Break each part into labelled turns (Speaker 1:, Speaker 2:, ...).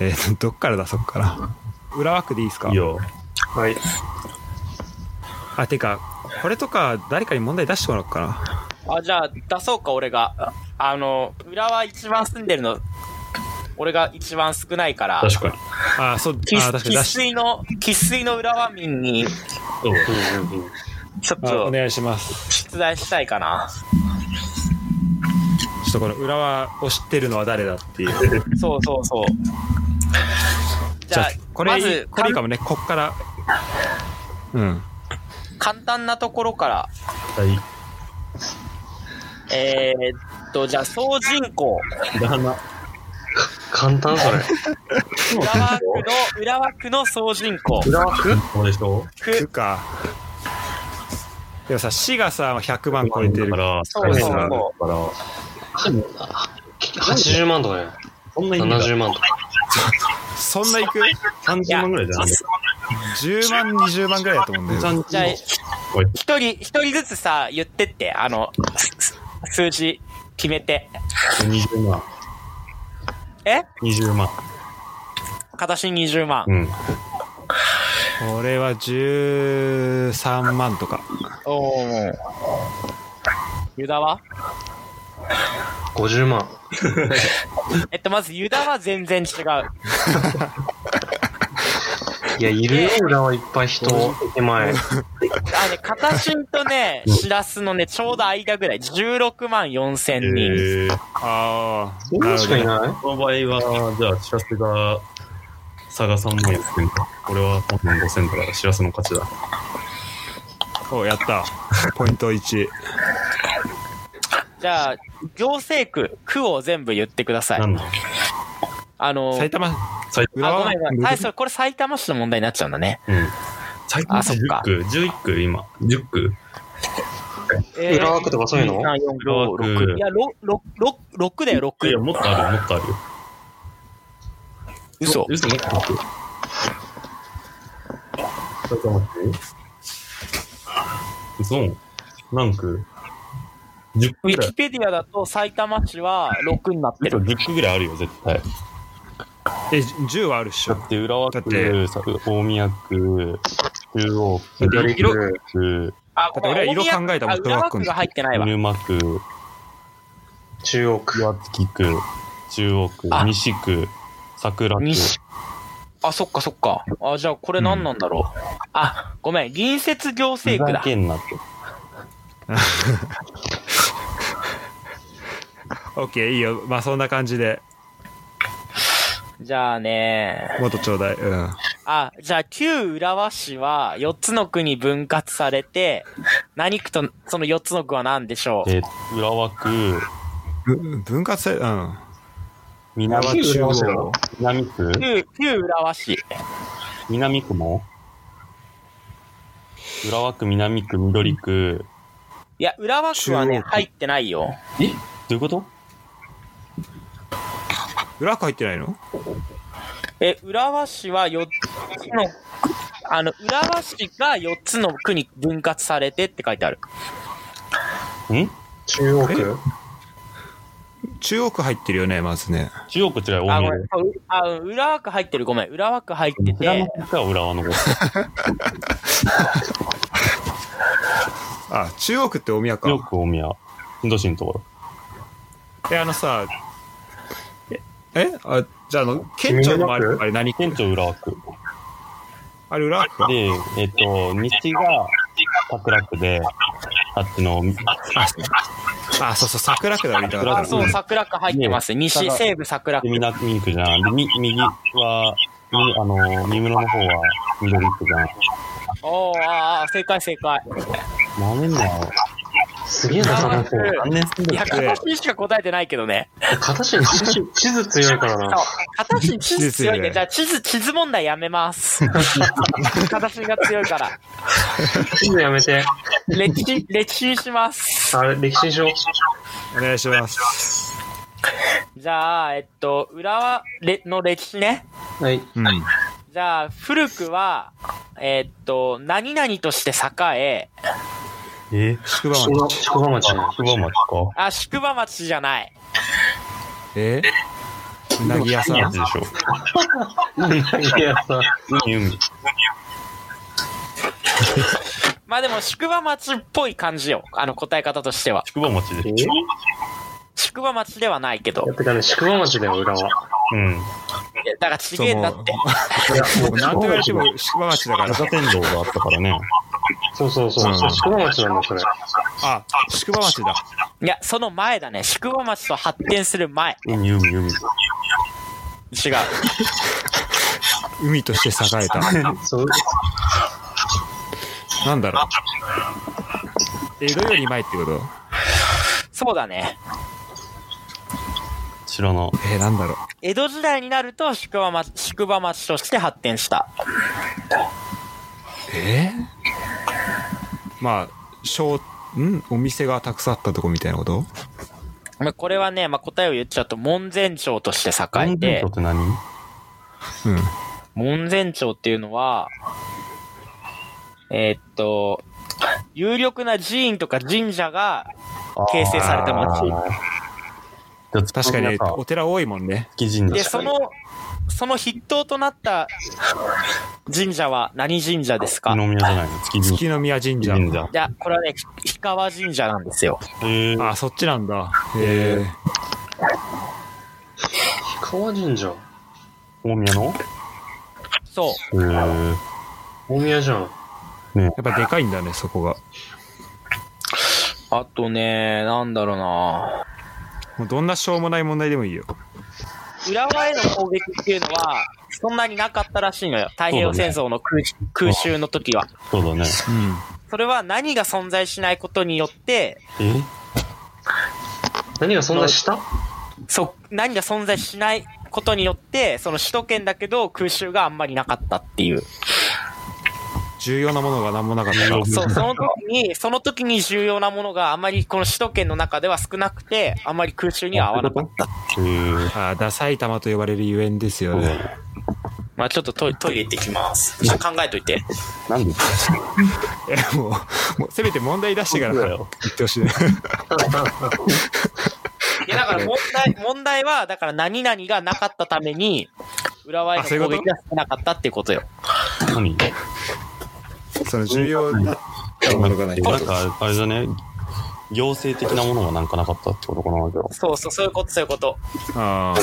Speaker 1: えー、どっ から出そっから裏枠でいいですか
Speaker 2: いいよ。
Speaker 3: はい。
Speaker 1: あてかこれとか誰かに問題出してもらおうかな
Speaker 4: あ、じゃあ、出そうか、俺が。あの、浦和一番住んでるの、俺が一番少ないから、
Speaker 2: 確かに。
Speaker 1: あーそう
Speaker 4: 生
Speaker 1: あー確かに
Speaker 4: 粋
Speaker 1: 出し
Speaker 4: 粋の、生粋の浦和民に、
Speaker 2: うん
Speaker 4: ちょっ
Speaker 1: あお
Speaker 4: と、
Speaker 1: 願いします
Speaker 4: 出題したいかな。
Speaker 1: ちょっとこの裏はを知ってるのは誰だっていう
Speaker 4: そうそうそう。じゃあ、
Speaker 1: これ、
Speaker 4: まず、
Speaker 1: これいいかもねこっからうん
Speaker 4: 簡単なところから、
Speaker 2: はい。
Speaker 4: えーっと、じゃあ、総人口。
Speaker 2: だな。
Speaker 3: 簡単それ。
Speaker 4: 浦和区の、浦和区の総人口。
Speaker 3: 裏枠
Speaker 2: こうでしょ
Speaker 1: 区
Speaker 4: 区。
Speaker 1: かでもさ市がさ100万超えてる
Speaker 2: だから、
Speaker 4: そうそ
Speaker 2: だ
Speaker 4: うそ
Speaker 2: から、でも、
Speaker 3: 80万とかや。
Speaker 2: そんなに
Speaker 3: 70万とか。
Speaker 1: そんな行く
Speaker 2: 30万ぐらいじゃない
Speaker 1: 10万20万ぐらいだと思うんだよ
Speaker 2: 30
Speaker 4: う。じゃあ、
Speaker 2: 万
Speaker 4: 一人、一人ずつさ、言ってって、あの、す数字、決めて。
Speaker 2: 20万。
Speaker 4: え
Speaker 2: 20万。
Speaker 4: 片足20万。
Speaker 2: うん。
Speaker 1: 俺は13万とか
Speaker 4: おお。ユダは
Speaker 3: 50万。
Speaker 4: えっと、まずユダは全然違う。
Speaker 3: いや、いるよ、裏はいっぱい人。手
Speaker 4: あ
Speaker 3: 前。
Speaker 4: のね、片新とね、シラスのね、ちょうど間ぐらい、16万4千
Speaker 2: え
Speaker 4: 人。
Speaker 2: ー、
Speaker 1: ああ
Speaker 3: そうしかいな
Speaker 2: この場合は、じゃあ、シラスが、差が3万やってんだ。俺は3万5千だから、シラスの勝ちだ。
Speaker 1: おやったポイント1
Speaker 4: じゃあ、行政区、区を全部言ってください
Speaker 2: な。んだ
Speaker 4: あの、
Speaker 1: 埼玉
Speaker 2: 埼
Speaker 1: 浦
Speaker 4: あ、
Speaker 1: 和
Speaker 4: ごめんごめん。はい、そう、これ埼玉市の問題になっちゃうんだね。
Speaker 2: うん。埼玉
Speaker 4: あそっ
Speaker 2: 10
Speaker 4: か
Speaker 2: 区、11区、今。10区。
Speaker 3: い。裏枠とかそういうの
Speaker 4: ?3、4、5、6。いや、ろろろ6だよ、
Speaker 2: いや、
Speaker 4: 6。
Speaker 2: もっとあるよ、もっとあるよ。
Speaker 4: 嘘。
Speaker 2: 嘘、もっとあるよ。埼玉市嘘何区 ?10
Speaker 4: ウ
Speaker 2: 区ぐ
Speaker 4: ィ
Speaker 2: ら
Speaker 4: キ
Speaker 2: い。
Speaker 4: ペディアだと埼玉市は6になって
Speaker 2: 嘘
Speaker 4: る。
Speaker 2: 10区ぐらいあるよ、絶対。
Speaker 1: え10はあるっし
Speaker 2: だ
Speaker 1: ょ
Speaker 2: って、浦和
Speaker 1: だって
Speaker 2: 区、さ大宮区、中央区、
Speaker 3: 左
Speaker 1: 色
Speaker 3: く。
Speaker 2: 区、
Speaker 4: あ、
Speaker 1: だって俺は色考えたもん
Speaker 4: あ浦和区が入ってないわ。
Speaker 2: 入間区、
Speaker 3: 中央区。
Speaker 2: 岩槻区、中央区、
Speaker 4: あ
Speaker 2: 西区、桜区。
Speaker 4: 西あ、そっかそっか。あ、じゃあこれ何なんだろう。あ、ごめん。隣接行
Speaker 2: ふ
Speaker 4: 政区
Speaker 2: ざ
Speaker 4: だ。
Speaker 2: けんなって。
Speaker 1: オッケーいいよまあそんな感じで
Speaker 4: じゃあね。
Speaker 1: もっとちょうだいうん
Speaker 4: あ、じゃあ旧浦和市は4つの区に分割されて、何区とその4つの区は何でしょう
Speaker 2: えー、浦和区、
Speaker 1: ぶ分割されうん
Speaker 2: 南
Speaker 1: 浦和中
Speaker 2: 中
Speaker 1: 央
Speaker 2: 央、南区、
Speaker 4: 旧、旧浦和市。
Speaker 2: 南区も浦和区、南区、緑区。
Speaker 4: いや、浦和区は
Speaker 1: 中
Speaker 4: ね、
Speaker 1: 央区
Speaker 4: 入ってないよ。
Speaker 2: えどういうこと
Speaker 1: 裏枠入ってないの
Speaker 4: え、浦和市は4つの、あの、浦和市が4つの区に分割されてって書いてある。
Speaker 2: ん
Speaker 3: 中央区。
Speaker 1: 中央区入ってるよねまずね
Speaker 2: 中央区違うよ、
Speaker 4: あ、
Speaker 2: 大
Speaker 4: ご
Speaker 2: 宮
Speaker 4: めん
Speaker 2: で。。
Speaker 4: あ、浦和区入ってる。ごめん。浦和区入って
Speaker 2: 知らな
Speaker 4: て。
Speaker 2: かった浦和のこと。
Speaker 1: あ中央区って大宮
Speaker 2: 中央
Speaker 1: か
Speaker 2: 区、大宮。新都市のところ。
Speaker 1: えあのさええあじゃああの県庁の周りあれ何
Speaker 2: 県庁、浦和区。
Speaker 1: あれ裏枠か
Speaker 2: で、えっ、と、西が桜区で、あっちの、
Speaker 1: あそうそう桜区だ俺言いたか
Speaker 4: あ、
Speaker 1: った
Speaker 4: そう、桜区入ってます。西、西部桜区。
Speaker 2: 南区じゃん。で、み右は、みあの、三村の方は緑区じゃん。
Speaker 4: おー、あーあー、正解正解。
Speaker 2: なめんなよ。
Speaker 3: すげえな、その子。
Speaker 2: 何年住ん
Speaker 4: い
Speaker 2: で
Speaker 4: や、
Speaker 2: る
Speaker 4: 片足しか答えてないけどね。
Speaker 3: 片足に地図地図強いから
Speaker 4: そう
Speaker 3: な。
Speaker 4: 片足地図強い
Speaker 1: 地図強
Speaker 4: ね。
Speaker 1: い
Speaker 4: じゃあ、地図、地図問題やめ ます。片足が強いから。
Speaker 3: 地図やめて。
Speaker 4: 歴 史、歴史にします。
Speaker 3: あれ、歴史上。
Speaker 1: お願いします
Speaker 4: じゃあ、えっと、浦和れの歴史ね。
Speaker 3: はい。
Speaker 1: うん
Speaker 4: じゃあ、古くは、えーっと、何々として栄え、
Speaker 2: え
Speaker 1: 宿場町
Speaker 3: 宿場宿場町。
Speaker 2: あ、筑波町か。
Speaker 4: あ、宿場町じゃない。
Speaker 1: えうなぎ屋さ
Speaker 2: や
Speaker 1: ん
Speaker 2: つでしょ。
Speaker 3: いやさ、
Speaker 2: 海、海。
Speaker 4: まあでも宿場町っぽい感じよ。あの答え方としては。
Speaker 2: 宿場町でしょ。
Speaker 4: 宿場町ではないけど
Speaker 3: や。ってかね、宿場町だよ、裏は。
Speaker 2: うん。
Speaker 4: いやだからちげえんだって。
Speaker 1: なんて言われても宿場町だから。
Speaker 2: 中天堂があったからね。
Speaker 3: そうそうそう。
Speaker 1: うん
Speaker 3: 宿場町なんだ、それ。
Speaker 1: あ、宿場町だ。
Speaker 4: いや、その前だね。宿場町と発展する前。
Speaker 2: 海、海、海。
Speaker 4: 違う。
Speaker 1: 海として栄えた。
Speaker 3: そう、
Speaker 1: なんだろう。江戸より前ってこと
Speaker 4: そうだね。
Speaker 2: 知らな。
Speaker 1: えー、なんだろう。
Speaker 4: 江戸時代になると宿場町、宿場町として発展した。
Speaker 1: えー、まあ、商、んお店がたくさんあったとこみたいなこと
Speaker 4: まあこれはね、まあ、答えを言っちゃうと、門前町として栄
Speaker 2: 門前
Speaker 4: えて
Speaker 2: 町っ、て何
Speaker 1: うん。
Speaker 4: 門前町っていうのは、えーっと、有力な寺院とか神社が形成された町。
Speaker 2: 確
Speaker 1: 確かに、
Speaker 2: 築
Speaker 1: お寺多いもんね。
Speaker 2: 地神
Speaker 4: で、
Speaker 2: 社。
Speaker 4: その、その筆頭となった神社は何神社ですか
Speaker 2: 二宮じゃないの築地
Speaker 1: 月宮神社。
Speaker 2: 神社。
Speaker 4: いや、これはね、ひ氷川神社なんですよ。
Speaker 2: へー
Speaker 1: あ、そっちなんだ。へえ。
Speaker 3: 川神社。
Speaker 2: 大宮の
Speaker 4: そう。
Speaker 2: へー
Speaker 3: 大宮じゃん。
Speaker 1: やっぱでかいんだね、そこが。
Speaker 4: あとね、なんだろうな
Speaker 1: もうどんなしょうもない問題でもいいよ。
Speaker 4: 浦和への攻撃っていうのは、そんなになかったらしいのよ。太平洋戦争の空,、空襲の時は。
Speaker 2: そうだ
Speaker 1: う
Speaker 2: ね。
Speaker 1: ん。
Speaker 4: それは何が存在しないことによって、
Speaker 2: え
Speaker 3: 何がそんな下
Speaker 4: そ、何が存在しないことによって、その首都圏だけど空襲があんまりなかったっていう。
Speaker 1: 重要なものが何もなかっ
Speaker 2: 重
Speaker 1: た
Speaker 2: 要。
Speaker 4: そう、その時に、その時に重要なものがあんまりこの首都圏の中では少なくて、あんまり空襲には合わなかった。
Speaker 2: へー
Speaker 1: ああ、だ、埼玉と呼ばれるゆえんですよ
Speaker 2: そうだ
Speaker 1: ね。
Speaker 2: ね。
Speaker 4: まあちょっとトイトイレ行ってきます。ちょっと考えといて。
Speaker 2: なんで
Speaker 1: え、 もう、もうせめて問題出してから
Speaker 2: そうだ
Speaker 1: 言
Speaker 2: よ
Speaker 1: ってほしい。
Speaker 4: いや、だから問 題、問題は、だから何々がなかったために、浦和への
Speaker 1: あそういう
Speaker 4: 攻
Speaker 1: こと
Speaker 4: 撃が少なかったっていうことよ。
Speaker 2: 何
Speaker 1: その重要なものがない。
Speaker 2: なんか、あれだね。行政的なものがなんかなかったってことかな、じゃあ。
Speaker 4: そうそう、そういうこと、そういうこと。
Speaker 1: ああ。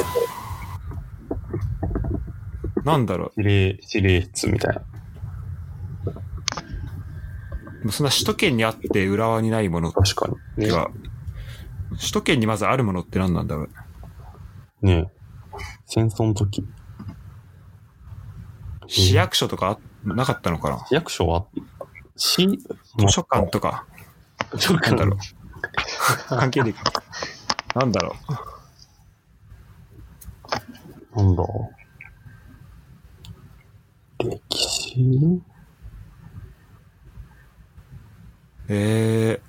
Speaker 1: なんだろ
Speaker 2: 指令、指令室みたいな。
Speaker 1: う。もうそんな首都圏にあって浦和にないものっ
Speaker 2: 確かに。
Speaker 1: ては、首都圏にまずあるものって何なんだろう。
Speaker 2: ねえ戦争の時。
Speaker 1: 市役所とかあなかったのかな
Speaker 2: 市役所は市
Speaker 1: 図書館とか、
Speaker 2: 図書
Speaker 1: なんだろ
Speaker 2: 館
Speaker 1: う。関係でなんだろう。
Speaker 2: なんだ歴史
Speaker 1: え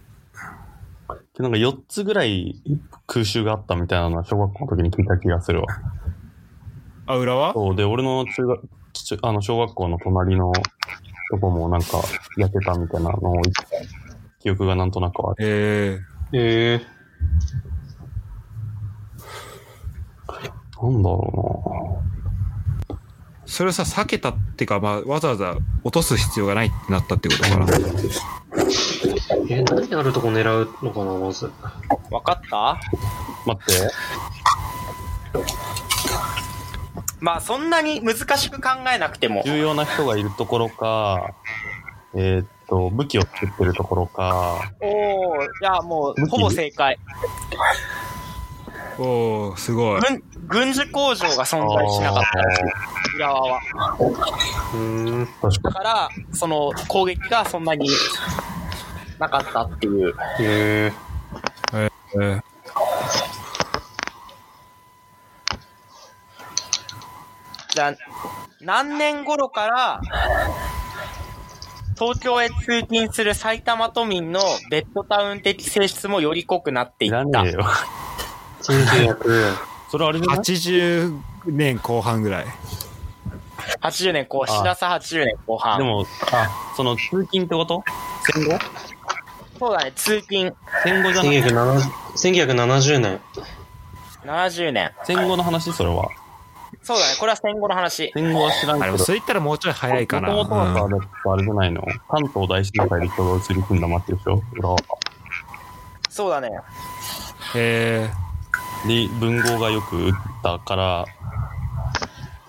Speaker 2: なんか4つぐらい空襲があったみたいなのは小学校の時に聞いた気がするわ。
Speaker 1: えあ、浦和
Speaker 2: そうで、俺の中学、ちあの小学校の隣のとこもなんか焼けたみたいなのを言って記憶がなんとなくある。
Speaker 1: え
Speaker 3: ええ。
Speaker 2: なんだろ
Speaker 1: えそれをさ、避けたってか、まあ、わざわざ落とす必要がないってなったってことかな。
Speaker 3: え、何あるとこ狙うのかな、まず。
Speaker 4: わかった
Speaker 2: うな。待って。
Speaker 4: まあ、そんなに難しく考えなくても。
Speaker 2: 重要な人がいるところか、えーっと、武器を作ってるところか、
Speaker 4: おおじゃあもう、ほぼ正解。
Speaker 1: おおすごい。
Speaker 4: 軍、軍事工場が存在しなかったらしい、浦和は。
Speaker 3: うーん。
Speaker 2: 確
Speaker 4: だ
Speaker 2: か
Speaker 4: から、その、攻撃がそんなになかったっていう。
Speaker 3: ええ。
Speaker 1: えー
Speaker 4: じゃあ、何年頃から、東京へ通勤する埼玉都民のベッドタウン的性質もより濃くなってい
Speaker 2: い
Speaker 4: っ
Speaker 2: ら
Speaker 4: た
Speaker 2: ねえ。よ。
Speaker 3: 1900。
Speaker 2: それあれじゃない
Speaker 1: 80年後半ぐらい。
Speaker 4: 80年後、
Speaker 2: あ
Speaker 4: 白さ80年後
Speaker 2: で
Speaker 4: 半。
Speaker 2: も、あ、その通勤ってこと戦後
Speaker 4: そうだね、通勤
Speaker 2: 戦後じゃない
Speaker 3: 1970 1970年。
Speaker 4: 70年。
Speaker 2: 戦後の話それは。
Speaker 4: そうだね。これは戦後の話。
Speaker 2: 戦後は知らん
Speaker 1: あ、
Speaker 2: け
Speaker 1: で
Speaker 2: ど
Speaker 1: も、そう言ったらもうちょい早いかな。
Speaker 2: もともと
Speaker 1: う
Speaker 2: は
Speaker 1: ん
Speaker 2: だってあれじゃないの関東大震災で人が移り組んだ街でしょ浦和
Speaker 4: そうだね。
Speaker 1: え
Speaker 2: で、文豪がよく打ったから、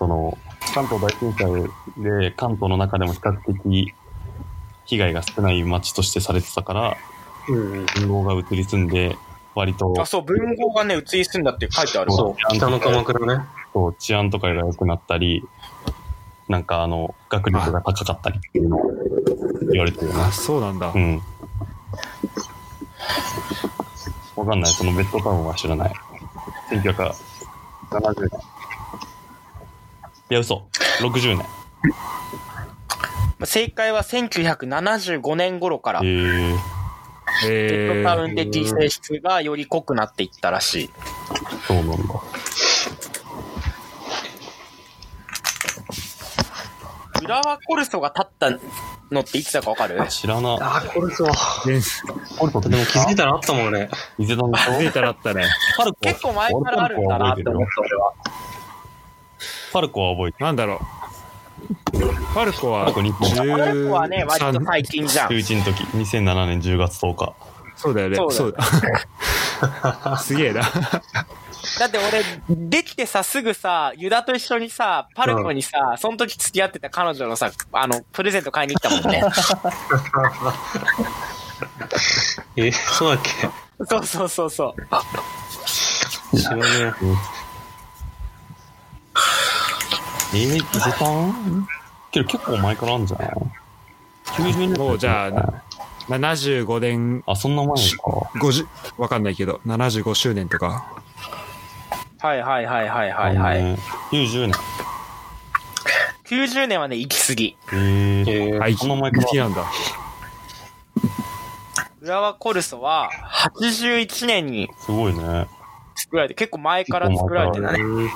Speaker 2: その、関東大震災で関東の中でも比較的被害が少ない街としてされてたから、
Speaker 3: うん。
Speaker 2: 文豪が移り住んで、割と
Speaker 4: あ、そう、文豪がね、移り住んだって書いてある。
Speaker 3: そう、北の鎌倉ね。
Speaker 2: そう治安とかが良くなったり、なんかあの、学力が高かったりっていうのを言われてるよ
Speaker 1: ー、
Speaker 2: ね
Speaker 1: あ、。そうなんだ
Speaker 2: う。ん。わかんない。そのベッドタウンは知らない。1970年。いや、嘘。60年。
Speaker 4: 正解は1975年頃から、ベ
Speaker 2: へえ
Speaker 4: ッド
Speaker 1: え
Speaker 4: タ
Speaker 1: ー
Speaker 4: ウンで地性質がより濃くなっていったらしい。
Speaker 2: そうなんだ。
Speaker 4: 浦和コルソが立ったのっていつだかわかる
Speaker 2: 知らな。
Speaker 3: あー、これそう。
Speaker 1: 全
Speaker 2: ポルトって
Speaker 3: で
Speaker 2: で
Speaker 3: も
Speaker 2: も
Speaker 3: 気づいたらあったもんね。
Speaker 2: 伊勢丹でし
Speaker 1: 気づ
Speaker 2: ょ
Speaker 1: いたらあったね。
Speaker 2: パルコ
Speaker 4: 結構前からあるんだなって思った、俺は。
Speaker 2: パルコは覚えて
Speaker 1: なんだろう。パルコは
Speaker 2: パルコ日本
Speaker 4: パルコはね、割と
Speaker 1: 13
Speaker 4: 最近じゃん。
Speaker 2: る。11の時、2007年10月10日。
Speaker 1: そうだよね。
Speaker 4: そ
Speaker 1: そうう
Speaker 4: だ
Speaker 1: だ。 すげえな。
Speaker 4: だって俺、できてさ、すぐさ、ユダと一緒にさ、パルコにさ、その時付き合ってた彼女のさ、あの、プレゼント買いに行ったもんね。
Speaker 3: え、そうだっけ
Speaker 4: そうそうそうそう。
Speaker 3: 知らね
Speaker 2: えー、伊勢丹けど結構前からあるんじゃない ?90 年
Speaker 1: もうじゃあ、75年、
Speaker 2: あ、そんな前か。
Speaker 1: 50、わかんないけど、75周年とか。
Speaker 4: はいはいはいはいはいはい。
Speaker 2: い。90年。
Speaker 4: 90年はね、行き過ぎ。
Speaker 2: へえ
Speaker 3: え。え
Speaker 1: あ、
Speaker 3: ー、
Speaker 1: い
Speaker 2: そ
Speaker 1: き
Speaker 2: の前
Speaker 1: い
Speaker 2: から
Speaker 1: きなんだ。
Speaker 4: 浦和コルソは、81年に
Speaker 2: すごいね。
Speaker 4: 作られて、結構前から作られてたね。
Speaker 3: うん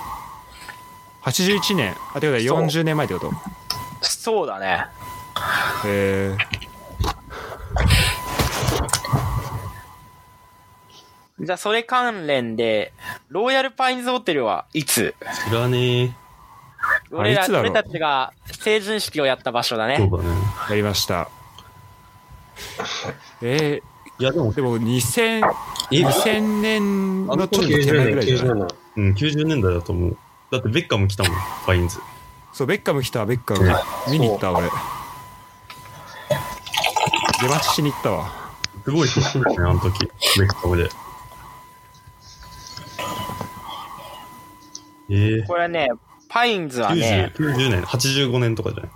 Speaker 1: 81年。あ、てことは
Speaker 4: そう
Speaker 1: 40年前ってこと
Speaker 4: そうだね。
Speaker 1: え
Speaker 4: じゃあ、それ関連で、ローヤルパインズホテルはいつ
Speaker 2: 知らね
Speaker 4: 俺ら、
Speaker 1: いつだろ
Speaker 4: 俺
Speaker 1: う
Speaker 4: たちが成人式をやった場所だ
Speaker 2: え。そ
Speaker 4: ね。
Speaker 2: うだね。
Speaker 1: ー、やりました。え
Speaker 2: いや、でも
Speaker 1: ー、、でも2000、2000年のちょっと手
Speaker 3: 90
Speaker 1: 前ぐ
Speaker 3: 年、
Speaker 1: らいじゃない
Speaker 3: 90年。
Speaker 2: うん、90年代だと思う。だってベッカム来たもん、ファインズ。
Speaker 1: そう、ベッカム来た、ベッカム。見に行った、俺。出待ちしに行ったわ。
Speaker 2: すごい年だね、あの時。ベッカムで。ええ
Speaker 4: これね、パインズは
Speaker 2: 90
Speaker 4: ね、
Speaker 2: 90年、85年とかじゃない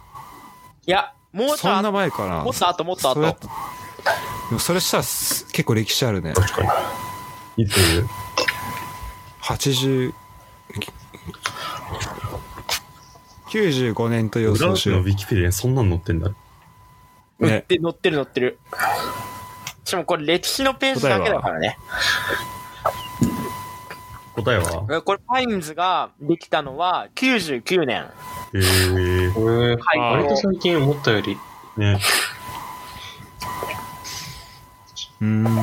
Speaker 4: いや、もうちょ
Speaker 1: そん
Speaker 4: い
Speaker 1: な
Speaker 4: 後、
Speaker 1: 前かな。
Speaker 4: もっと後、もっと
Speaker 1: それ
Speaker 4: 後。
Speaker 1: でもそれしたらす結構歴史あるね。
Speaker 2: 確かに。いつ
Speaker 1: 80、95年と予
Speaker 2: ブラ
Speaker 1: 想
Speaker 2: ウ
Speaker 1: し
Speaker 2: ス
Speaker 1: よ
Speaker 2: の
Speaker 1: う
Speaker 2: ウ。ィキペディアにそんなん載ってんだ。
Speaker 4: 乗っ
Speaker 1: ね、
Speaker 4: て、乗ってる乗ってる。しかもこれ歴史のページだけだからね。
Speaker 2: 答えは
Speaker 4: えこれパインズができたのは99年。
Speaker 2: ええ
Speaker 3: えー、
Speaker 4: はい
Speaker 1: あー
Speaker 3: 割と最近思ったより。
Speaker 2: ね。
Speaker 1: うーん。
Speaker 3: ワ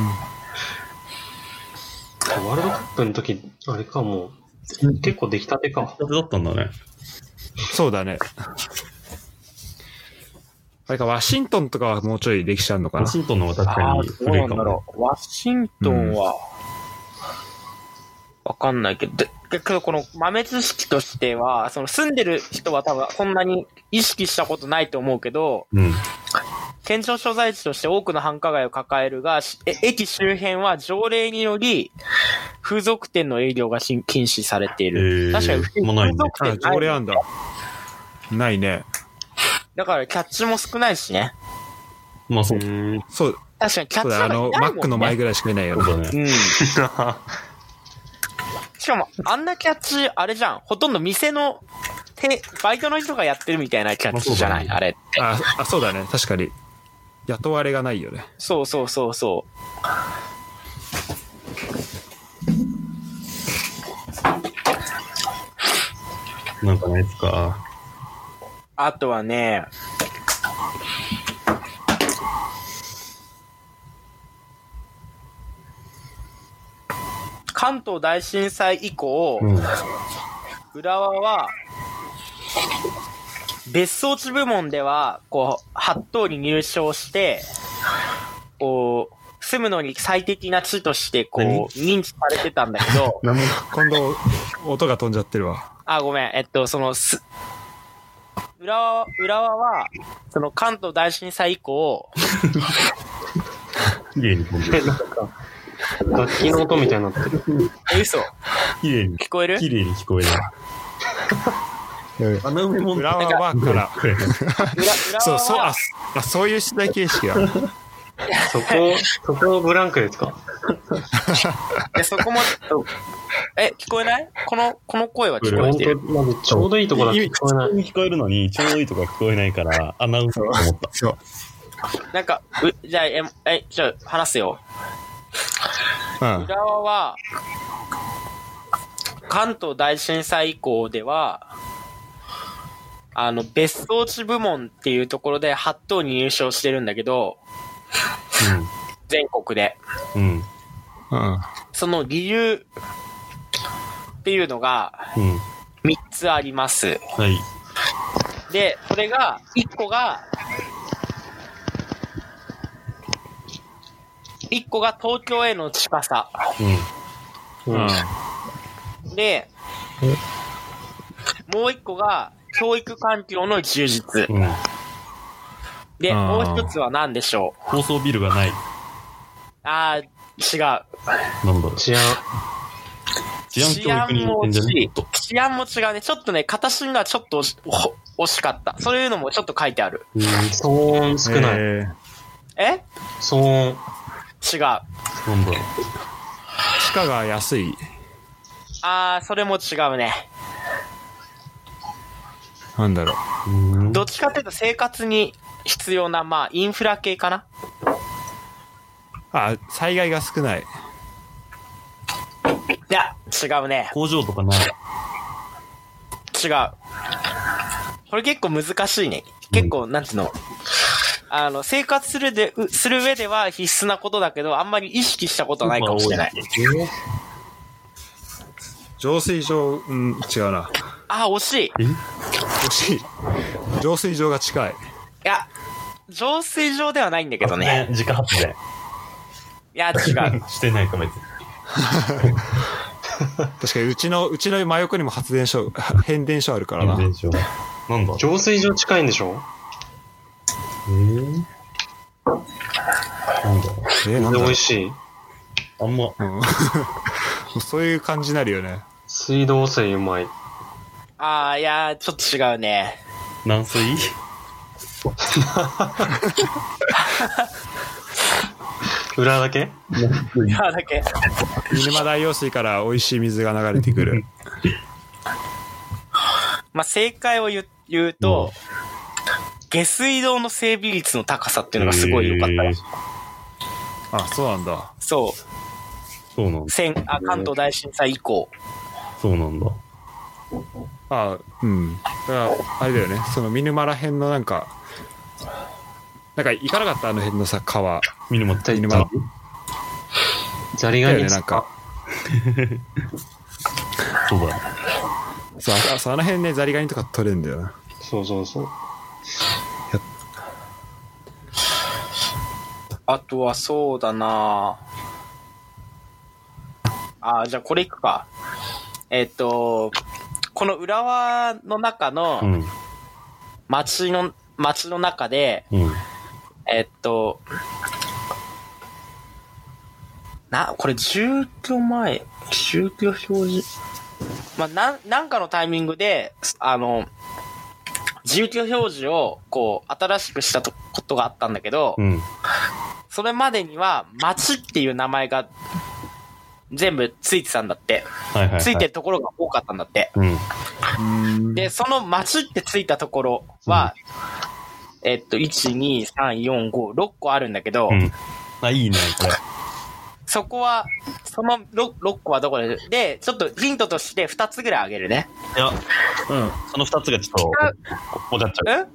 Speaker 3: ールドカップの時、あれかもう、結構出来たてか。
Speaker 2: だってだったんだね。
Speaker 1: そうだね。あれか、ワシントンとかはもうちょい歴史あるのか
Speaker 2: ワ
Speaker 1: な。
Speaker 2: シントンの方が確か
Speaker 4: ああ
Speaker 2: に
Speaker 4: ー、どう
Speaker 2: 古
Speaker 4: ないん
Speaker 2: か
Speaker 4: だ
Speaker 2: も
Speaker 4: ろ。う。ワシントンは、わかんないけど、でけどこの豆知識としては、その住んでる人は多分そんなに意識したことないと思うけど、
Speaker 2: うん。
Speaker 4: 県庁所在地として多くの繁華街を抱えるが、しえ駅周辺は条例により、風俗店の営業が禁禁止されている。
Speaker 2: へー
Speaker 4: 確かに、
Speaker 2: もうない
Speaker 4: 風
Speaker 2: ね
Speaker 1: あ、
Speaker 4: 俗店な
Speaker 1: 条
Speaker 4: い、
Speaker 1: 例あんだ。ないね。
Speaker 4: だからキャッチも少ないしね。
Speaker 2: まあそううそ
Speaker 3: ん。
Speaker 1: そう、
Speaker 4: 確かにキャッ
Speaker 1: そ
Speaker 4: チ
Speaker 1: うだ、
Speaker 4: な
Speaker 1: あ
Speaker 4: んか
Speaker 1: の
Speaker 4: いないもん、ね
Speaker 1: マックの前ぐらいしかいないよね。
Speaker 2: う だね。
Speaker 4: うん。
Speaker 3: あ
Speaker 4: しかも、あんなキャッチ、あれじゃん。ほとんど店の、てバイトの人がやってるみたいなキャッチじゃない、
Speaker 2: まあ
Speaker 4: あれって。
Speaker 1: ああ、そうだね。確かに。雇われがないよね。
Speaker 4: そうそうそうそう。
Speaker 2: なんかないですか。
Speaker 4: あとはね、関東大震災以降、
Speaker 2: うん。
Speaker 4: 浦浦和は、別荘地部門では、こう、8等に入賞して、こう、住むのに最適な地として、こう
Speaker 2: 何、
Speaker 4: 認知されてたんだけど、
Speaker 2: 何も
Speaker 1: 今度、音が飛んじゃってるわ。
Speaker 4: あ、ごめん。えっと、その、す、浦和、浦和は、その関東大震災以降、
Speaker 2: 綺麗に飛 んでる。
Speaker 3: 楽器の音みたいになってる。
Speaker 4: え、嘘
Speaker 2: 綺麗に、
Speaker 4: 聞こえる
Speaker 2: 綺麗に聞こえる。
Speaker 1: 穴埋めも浦和はから。
Speaker 2: これ
Speaker 4: 浦
Speaker 1: そう、
Speaker 4: 浦
Speaker 1: そう、
Speaker 4: 和は
Speaker 1: あ、そあそういう取材形式だ。
Speaker 3: そこ、そこのブランクですか
Speaker 4: でそこも、 え、聞こえないこの、この声は聞こえ
Speaker 3: 本
Speaker 4: てる。
Speaker 3: 当まずちょうどいいとこだけ聞こえない。
Speaker 2: 普通に聞こえるのに、ちょうどいいとこが聞こえないから、アナウンスだと思った。
Speaker 1: そう。
Speaker 4: なんか、うじゃあ、え、え、じゃあ、話すよ。
Speaker 1: うん。
Speaker 4: 浦和は、関東大震災以降では、あの、別荘地部門っていうところで8等に入賞してるんだけど、全国で。
Speaker 2: うん。うん。
Speaker 1: うん。
Speaker 4: その理由っていうのが
Speaker 2: うん。
Speaker 4: 3つあります。
Speaker 2: はい。
Speaker 4: で、それが、1個が、1個が東京への近さ。
Speaker 3: う
Speaker 1: うん
Speaker 3: ん。
Speaker 4: で、もう一個が、教育環境の充実。
Speaker 2: うん。うん。
Speaker 4: で、
Speaker 1: あー
Speaker 4: もう一つは何でしょう
Speaker 2: 高層ビルがない。
Speaker 4: あー、違う。
Speaker 2: なんだろう。
Speaker 3: 治安。
Speaker 2: 治安教育に行ってんじゃねえと。
Speaker 4: 治安も違うね。ちょっとね、形にはちょっと惜しほ惜しかった。そういうのもちょっと書いてある。
Speaker 2: うん
Speaker 3: 騒音少ない。
Speaker 1: えー
Speaker 4: え
Speaker 3: 騒音。
Speaker 4: 違う。あ
Speaker 2: なんだろ
Speaker 1: 地価が安い。
Speaker 4: ー、それも違うね。
Speaker 1: なんだろ
Speaker 2: う。うん
Speaker 4: どっちかっていうと生活に必要な、まあ、インフラ系かな。
Speaker 1: う。あ、災害が少ない。
Speaker 4: いや、違うね。
Speaker 2: 工場とかない。
Speaker 4: 違う。これ結構難しいね。結構、なんていうの。あの、生活するで、うする上では必須なことだけど、あんまり意識したことはないかもしれない。
Speaker 1: 浄水場、うん、違うな。
Speaker 4: あ、惜しい。い
Speaker 1: 惜しい。浄水場が近い。
Speaker 4: や、浄水場ではないんだけどね。
Speaker 2: ね。自家発電。
Speaker 4: いや、違う。
Speaker 2: してないか別に。
Speaker 1: 確かに、うちの、うちの真横にも発電所、 変電所あるからな。
Speaker 2: 電車。なんだ
Speaker 3: 浄水場近いんでしょ
Speaker 2: えーなんだろ
Speaker 1: えー、なん
Speaker 3: で、
Speaker 1: だ
Speaker 3: 美
Speaker 1: ろう
Speaker 3: 味しい。
Speaker 2: うあんま、
Speaker 1: うん、そういう感じになるよね。
Speaker 3: 水道水うまい。
Speaker 4: あー、いや、ちょっと違うね。
Speaker 2: 軟水
Speaker 3: 裏だけ
Speaker 4: いや、だけ。
Speaker 1: 見沼大用水から美味しい水が流れてくる。
Speaker 4: まあ、正解を言う言うと、下水道の整備率の高さっていうのがすごい良かった
Speaker 2: え
Speaker 4: ら
Speaker 2: ー
Speaker 4: しい。
Speaker 1: あ、そうなんだ。
Speaker 4: そ
Speaker 2: そうなんだ。
Speaker 4: う。戦あ関東大震災以降。
Speaker 2: そうなんだ。
Speaker 1: あ、うん。だから、あれだよね。その見沼ら辺のなんか、なんか行かなかったあの辺のさ、川。
Speaker 2: 見るも
Speaker 3: 見
Speaker 1: 見
Speaker 3: る
Speaker 1: 沼。
Speaker 3: ザリ
Speaker 1: だ
Speaker 3: ガ
Speaker 1: よ
Speaker 3: ニ
Speaker 1: ね、
Speaker 3: 使
Speaker 1: なんか。
Speaker 2: そうだ。
Speaker 1: そう、あそうあの辺ね、ザリガニとか取れるんだよな。
Speaker 3: そうそうそう。
Speaker 4: あとはそうだなああ、じゃあこれいくか。えっ、と、この浦和の中
Speaker 2: う
Speaker 4: の
Speaker 2: ん。
Speaker 4: 街の、街の中で、
Speaker 2: うん。
Speaker 4: えっ、と、な、これ住居前、住居表示。まあ、なん、なんかのタイミングで、あの、住居表示を、こう、新しくしたとことがあったんだけど、
Speaker 2: うん。
Speaker 4: それまでには、町っていう名前が全部ついてたんだって。
Speaker 2: はいはい、はい。
Speaker 4: ついてるところが多かったんだって。
Speaker 2: うん。
Speaker 1: うん。
Speaker 4: で、その町ってついたところは、えっと、1、2、3、4、5、6個あるんだけど、
Speaker 2: うん。あ、いいね、これ。
Speaker 4: そこは、その 6, 6個はどこで、で、ちょっとヒントとして2つぐらいあげるね。
Speaker 2: いや、
Speaker 1: うん。
Speaker 2: その二つがちょっと、分かっちゃう。
Speaker 4: うん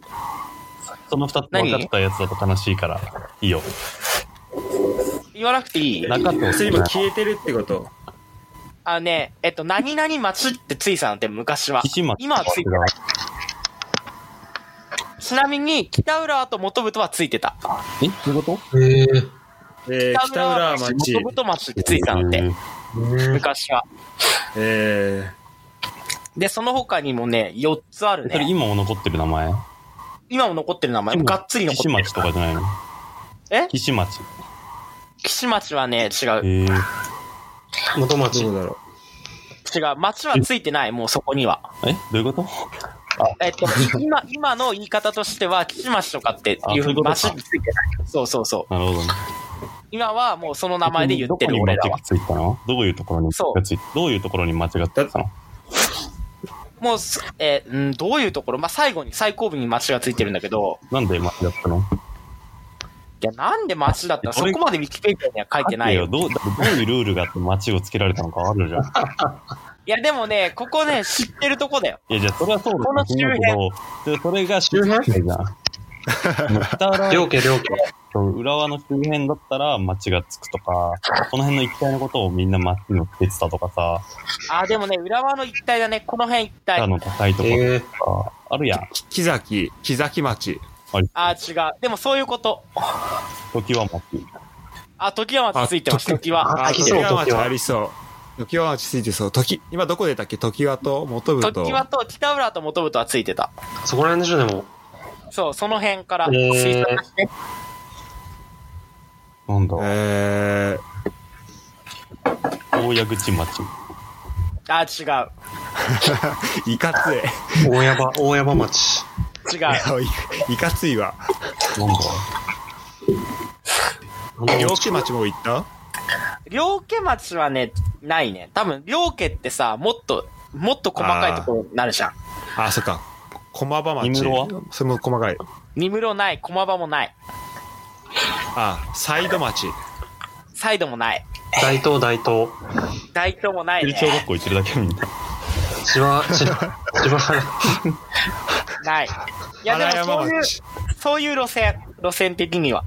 Speaker 2: その二つ分かったやつだと悲しいから、いいよ。
Speaker 4: 言わなくていい
Speaker 2: 中と、
Speaker 1: それ今消えてるってこと
Speaker 4: あのね、えっと、何々町ってついてたのって昔は。
Speaker 2: 岸町
Speaker 4: 今はついて
Speaker 2: が
Speaker 4: ちなみに、北浦和と元部とはついてた。
Speaker 2: えどういうこと
Speaker 3: ええ
Speaker 1: えー、北浦和町
Speaker 4: 元、部と町ってついてたのっ
Speaker 2: う
Speaker 4: て
Speaker 2: ん、
Speaker 4: 昔は。
Speaker 1: え
Speaker 4: で、その他にもね、4つある
Speaker 2: それ
Speaker 4: ね。
Speaker 2: 今も残ってる名前
Speaker 4: 今も残ってる名前、
Speaker 2: でも
Speaker 4: がっつり残
Speaker 2: 岸
Speaker 4: ってる
Speaker 2: 町。とかじゃないの
Speaker 4: え
Speaker 2: 岸町。
Speaker 4: 岸町はね、違う。違う。
Speaker 2: えー、
Speaker 3: 元
Speaker 1: ー、
Speaker 3: 町
Speaker 1: ど。うだろ
Speaker 4: 町はついてない、もうそこには。
Speaker 2: えどういうこと
Speaker 4: えっと、今、今の言い方としては、岸町とかって
Speaker 2: あ
Speaker 4: いう
Speaker 2: そう
Speaker 4: ふう
Speaker 2: いう
Speaker 4: に、
Speaker 2: ことか
Speaker 4: 町についてない。そうそうそう。
Speaker 2: なるほどね。
Speaker 4: 今はもうその名前で言って
Speaker 2: どこ
Speaker 4: る
Speaker 2: に
Speaker 4: 俺ら
Speaker 2: 町
Speaker 4: は
Speaker 2: が。ついたのどういうところに町がついどういうところに町がついたの
Speaker 4: もうす、えーうん、どういうところまあ、最後に、最後部に町がついてるんだけど、
Speaker 2: なんで町だったの
Speaker 4: いや、なんで町だったのそ
Speaker 2: 俺
Speaker 4: こまでウィキペディアには書いてないよ。
Speaker 2: どうだってどういうルールがあって町をつけられたのかある じゃん。
Speaker 4: いや、でもね、ここね、知ってるとこだよ。
Speaker 2: いや、じゃあそれはそうだ
Speaker 4: この周辺
Speaker 2: けど、でそれが周辺じゃん。もう北浦
Speaker 3: 両家両家。
Speaker 2: と浦和の周辺だったら町がつくとか、この辺の一帯のことをみんな町につけてたとかさ、
Speaker 4: あ、でもね、浦和の一帯だね、この辺一
Speaker 2: 北
Speaker 4: 帯。
Speaker 2: の高いところ
Speaker 3: ええ
Speaker 2: とか、あるやん。
Speaker 1: う。木崎、木崎町。
Speaker 4: あ、違う。でもそういうこと。
Speaker 2: 時は町。
Speaker 4: あ、時は町ついてます、
Speaker 1: あ
Speaker 4: 時は。
Speaker 1: あ、
Speaker 3: あ
Speaker 1: 時
Speaker 3: そう
Speaker 1: は町
Speaker 3: 常盤
Speaker 1: ありそう。時は町ついてそう。時、今どこでだっけ時はと元部と。
Speaker 4: 時はと北浦和と元部とはついてた。
Speaker 3: そこら辺でしょ、でも。
Speaker 4: そう、その辺から
Speaker 3: へー
Speaker 4: 推測して。
Speaker 2: なんだ、
Speaker 1: え
Speaker 2: 大矢口町。
Speaker 4: あ、違う。
Speaker 1: ー、いかつい。
Speaker 3: 大山、大山町。
Speaker 4: 違う。
Speaker 1: いいかついわ。
Speaker 2: なんだ
Speaker 3: なんだ
Speaker 1: 陽気町も行った
Speaker 4: 両家町はね、ないね。多分、両家ってさ、もっと、もっと細かいところになるじゃん。
Speaker 1: あ、そっか。駒場町。
Speaker 2: 根室は
Speaker 1: それも細かい。
Speaker 4: 二室ない、駒場もない、
Speaker 1: あ、サイド町。
Speaker 4: サイドもない、
Speaker 3: 大東大東。
Speaker 4: 大東もない、
Speaker 2: 中
Speaker 4: ね。
Speaker 2: 小学校行ってるだけみんな。
Speaker 3: 千葉、千葉、千葉原。
Speaker 4: ない。いや、でも
Speaker 1: 原
Speaker 4: そう
Speaker 1: 山
Speaker 4: いう、
Speaker 1: 町。
Speaker 4: そういう路線、路線的には。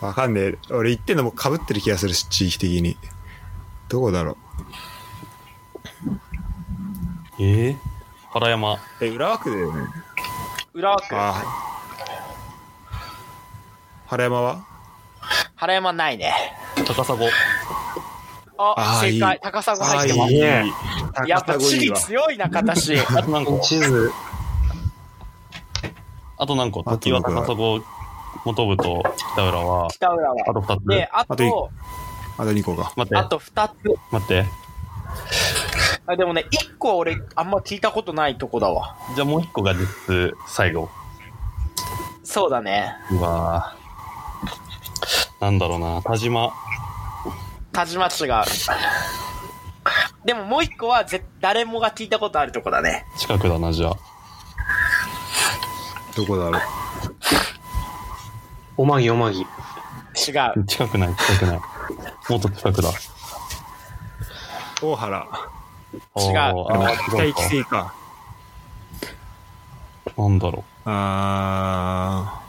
Speaker 1: わかんねえ。俺行ってんのも被ってる気がするし、地域的に。どこだろ
Speaker 2: ええ原山。
Speaker 1: う。え、浦和区だよね。
Speaker 4: 浦和区、
Speaker 1: あ原山は
Speaker 4: 原山ないね。
Speaker 2: 高砂。
Speaker 4: あ
Speaker 1: あ、ー
Speaker 4: 正
Speaker 1: い
Speaker 4: 解
Speaker 1: い、
Speaker 4: 高砂
Speaker 1: あ
Speaker 4: 入って
Speaker 1: ー
Speaker 4: ま
Speaker 1: いい
Speaker 3: ね
Speaker 4: す。やっぱ地理強い な、形。
Speaker 2: あと何 個
Speaker 3: 地図、
Speaker 2: あと何個
Speaker 1: あと
Speaker 2: 時
Speaker 1: な
Speaker 2: は
Speaker 1: んか
Speaker 2: 高砂、元部と北浦は、
Speaker 4: 北浦
Speaker 2: あ
Speaker 4: 和。
Speaker 2: と2
Speaker 4: で
Speaker 2: つ。、
Speaker 4: あ
Speaker 1: あとい
Speaker 4: と、
Speaker 1: あと2個か。
Speaker 2: 待
Speaker 4: あ
Speaker 2: って、
Speaker 4: と二つ。
Speaker 2: 待って。
Speaker 4: あ、でもね、一個俺、あんま聞いたことないとこだわ。
Speaker 2: じゃあもう1個が実質最後。
Speaker 4: そうだね。
Speaker 2: うわぁ。なんだろうな田島。
Speaker 4: 田島違う。でももう一個はぜ誰もが聞いたことあるとこだね。
Speaker 2: 近くだな、じゃあ。
Speaker 1: どこだろう。
Speaker 3: おまぎおまぎ。
Speaker 4: 違う。
Speaker 2: 近くない、近くない。もっと近くだ。違う。
Speaker 1: 大原。
Speaker 2: あ
Speaker 1: 北
Speaker 2: ー違う
Speaker 1: 行き過ぎか。
Speaker 2: か。なんだろ
Speaker 1: あ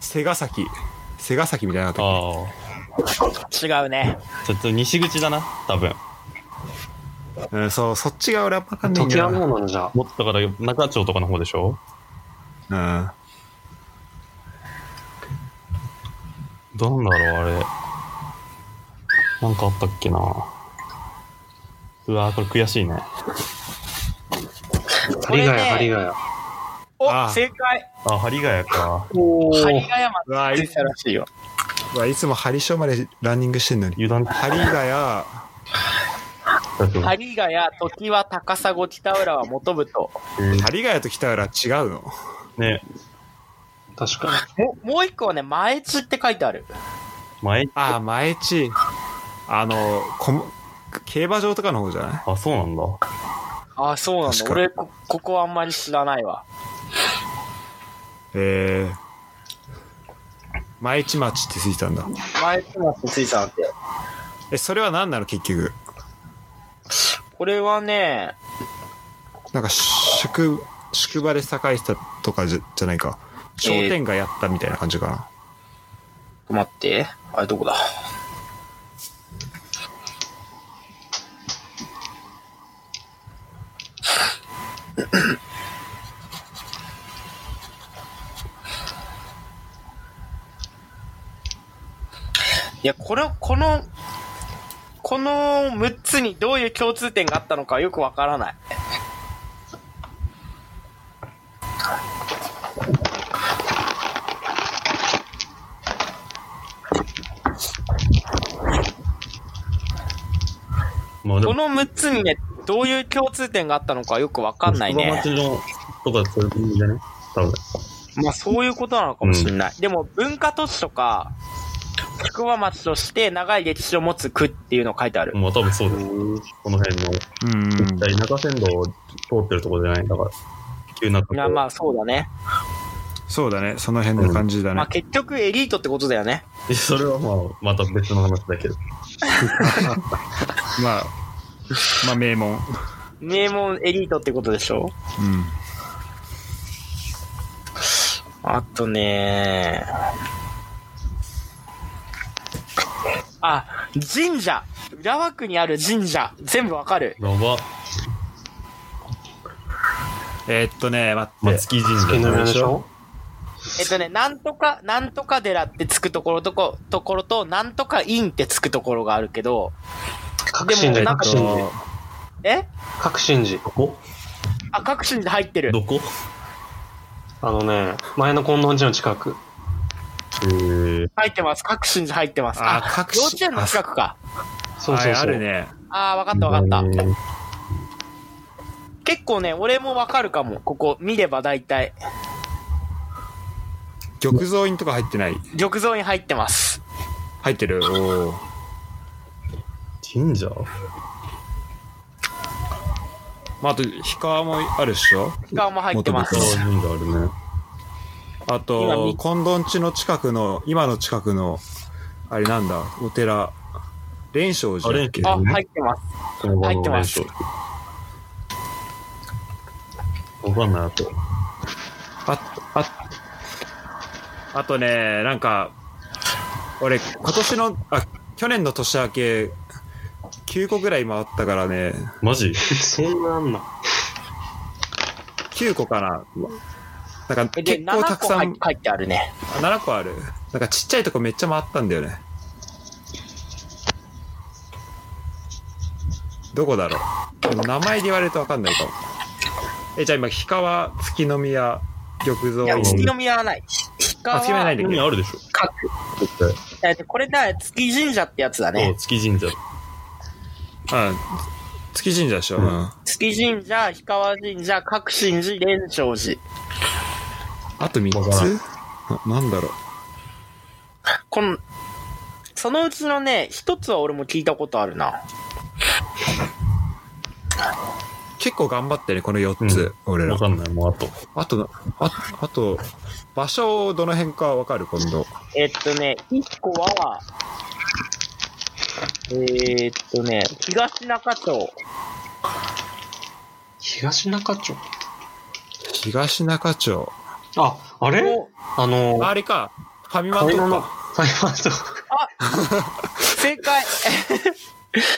Speaker 1: ー。瀬ヶ崎。瀬ヶ崎みたいな
Speaker 2: う。
Speaker 1: とこ。
Speaker 2: あ
Speaker 4: 違うね。
Speaker 2: あ。ちょっと西口だな、多分。
Speaker 1: うん、そう、そっちが俺はわかんないん
Speaker 3: 時
Speaker 1: だ
Speaker 3: は
Speaker 1: よ
Speaker 3: もうなのじゃ。
Speaker 2: もっとだから、中町とかの方でしょ
Speaker 1: な。うん。
Speaker 2: どうなんだろう、あれ。なんかあったっけなうわーこれ悔しいね。
Speaker 3: 針ヶ谷、
Speaker 4: これ
Speaker 3: 針
Speaker 4: ね
Speaker 3: ヶ谷。
Speaker 4: お、
Speaker 1: あ
Speaker 4: 正解。
Speaker 2: あ、針ヶ谷か。
Speaker 3: お
Speaker 4: 針ヶ谷ま
Speaker 1: うわ
Speaker 4: で
Speaker 1: い
Speaker 4: 出てたらしいよ。
Speaker 1: うわいつもハリショまでランニングしてんのに。
Speaker 2: 油断
Speaker 1: ハリガヤ、
Speaker 2: だけど。
Speaker 4: 針ヶ谷、時は高砂、北浦は元部と。
Speaker 1: ハリガヤと北浦は違うの
Speaker 2: ね、
Speaker 3: 確か
Speaker 4: もう一個はね、前地って書いてある。
Speaker 2: 前、
Speaker 1: ああ、前地。あの、こも競馬場とかの方じゃない
Speaker 2: あ、そうなんだ。
Speaker 4: あ、そうなんだ。
Speaker 1: 確か
Speaker 4: 俺こ、ここはあんまり知らないわ。
Speaker 1: えー。前地町ってついてたんだ。
Speaker 4: 前地町ついたなんて。
Speaker 1: え、それは何なの結局。
Speaker 4: これはね、
Speaker 1: なんか、宿、宿場で栄えてたとかじゃじゃないか。商店街やったみたいな感じかな。
Speaker 4: 待って。あれどこだ。いや、これ、この、この6つにどういう共通点があったのかよくわからない。
Speaker 2: まあで
Speaker 4: こ
Speaker 2: も、
Speaker 4: の6つにね、どういう共通点があったのかよくわかんないね。
Speaker 2: 宿場町のとかそういう感じじゃない多分。
Speaker 4: まあそういうことなのかもしれない。でも文化都市とか、宿場町として長い歴史を持つ区っていうの書いてある。
Speaker 2: まあ多分そうです。この辺の、
Speaker 1: うん
Speaker 2: 一体中山道を通ってるとこじゃないだから、急なとこ。
Speaker 4: いやまあそうだね。
Speaker 1: そうだねその辺の感じだね、
Speaker 4: まあ結局エリートってことだよね。
Speaker 2: で それはまあ、また別の話だけど。
Speaker 1: まあまあ名門
Speaker 4: 名門エリートってことでしょ
Speaker 1: うん
Speaker 4: あとねあ、神社。浦和区にある神社。全部わかる。
Speaker 2: やば。
Speaker 1: えーっとね待って、
Speaker 2: 松木神
Speaker 3: の
Speaker 2: 社
Speaker 3: 上でしょ
Speaker 4: えっとね、なんとか、なんとか寺ってつくところとこ、ところと、なんとか院ってつくところがあるけど、
Speaker 3: 各信寺、
Speaker 4: でもなん
Speaker 3: 各
Speaker 4: か
Speaker 3: 信寺。
Speaker 4: え
Speaker 3: 各信寺。
Speaker 2: ここ
Speaker 4: あ、各種に入ってる。
Speaker 2: どこ
Speaker 3: あのね、前の近藤寺の近く。
Speaker 2: えー、
Speaker 4: 入ってます。各種に入ってます。あ、
Speaker 1: あ各
Speaker 4: 幼
Speaker 1: 種
Speaker 4: 稚園の近くか。
Speaker 3: そうそうそう。
Speaker 1: はいあるね
Speaker 4: あー、わかったわかった。
Speaker 2: えー
Speaker 4: 結構ね、俺もわかるかも。ここ、見れば大体。
Speaker 1: 玉造院とか入ってない
Speaker 4: 玉像に入ってます。
Speaker 1: 入ってるおー
Speaker 2: 神社
Speaker 1: まああと氷川もあるっしょ
Speaker 4: 顔も入ってます
Speaker 2: 元。々神社あるね。
Speaker 1: あ
Speaker 4: 今
Speaker 1: と
Speaker 4: み
Speaker 1: 近藤地の近くの今の近くのあれなんだお寺蓮勝寺だっけ
Speaker 2: あ
Speaker 4: あ、
Speaker 2: 元々
Speaker 4: 入ってます。
Speaker 2: その場
Speaker 4: 入
Speaker 2: の
Speaker 4: ってます
Speaker 2: わかんない、あと。
Speaker 1: あああとねなんか俺今年のあ去年の年明け9個ぐらい回ったからね
Speaker 2: マジ
Speaker 3: そんなあんな。
Speaker 1: 9個かななんか
Speaker 4: で、
Speaker 1: 結構た
Speaker 4: 7
Speaker 1: く
Speaker 4: 個
Speaker 1: さ
Speaker 4: 入
Speaker 1: ん
Speaker 4: 入ってあるね。
Speaker 1: 7個あるなんかちっちゃいとこめっちゃ回ったんだよねどこだろうでも名前で言われると分かんないかもえじゃあ今氷川月宮玉
Speaker 4: い
Speaker 1: 造
Speaker 4: や、
Speaker 1: 院
Speaker 4: 月宮はない。
Speaker 1: あ
Speaker 4: 氷
Speaker 1: 月宮
Speaker 4: 川
Speaker 1: ない
Speaker 4: は
Speaker 1: んだっ
Speaker 2: 意味
Speaker 1: け
Speaker 2: あるでしょ
Speaker 4: 各。
Speaker 2: 絶対。
Speaker 4: えっとこれだ、月神社ってやつだ
Speaker 2: そう、
Speaker 4: ね。
Speaker 2: 月神社。
Speaker 1: あ月神社でしょ、
Speaker 2: うん
Speaker 1: うん
Speaker 4: 月神社、氷川神社、各神寺、蓮勝寺。
Speaker 1: あと3
Speaker 2: わからん
Speaker 1: つななんだろう
Speaker 4: この、そのうちのね、一つは俺も聞いたことあるな。
Speaker 1: 結構頑張ってね、この4つ、俺ら
Speaker 2: わ。かんない、もうあと。
Speaker 1: あと、ああと、場所どの辺かわかる、今度。
Speaker 4: えっとね、一個は、えーっとね、東中町。
Speaker 3: 東中町
Speaker 1: 東中町。
Speaker 3: あ、あれ
Speaker 4: お
Speaker 3: あの、
Speaker 1: あれか、ファミマ
Speaker 3: 買
Speaker 1: ン
Speaker 3: い
Speaker 1: と
Speaker 3: 物、
Speaker 1: か。
Speaker 3: 買い物とか。
Speaker 4: 正解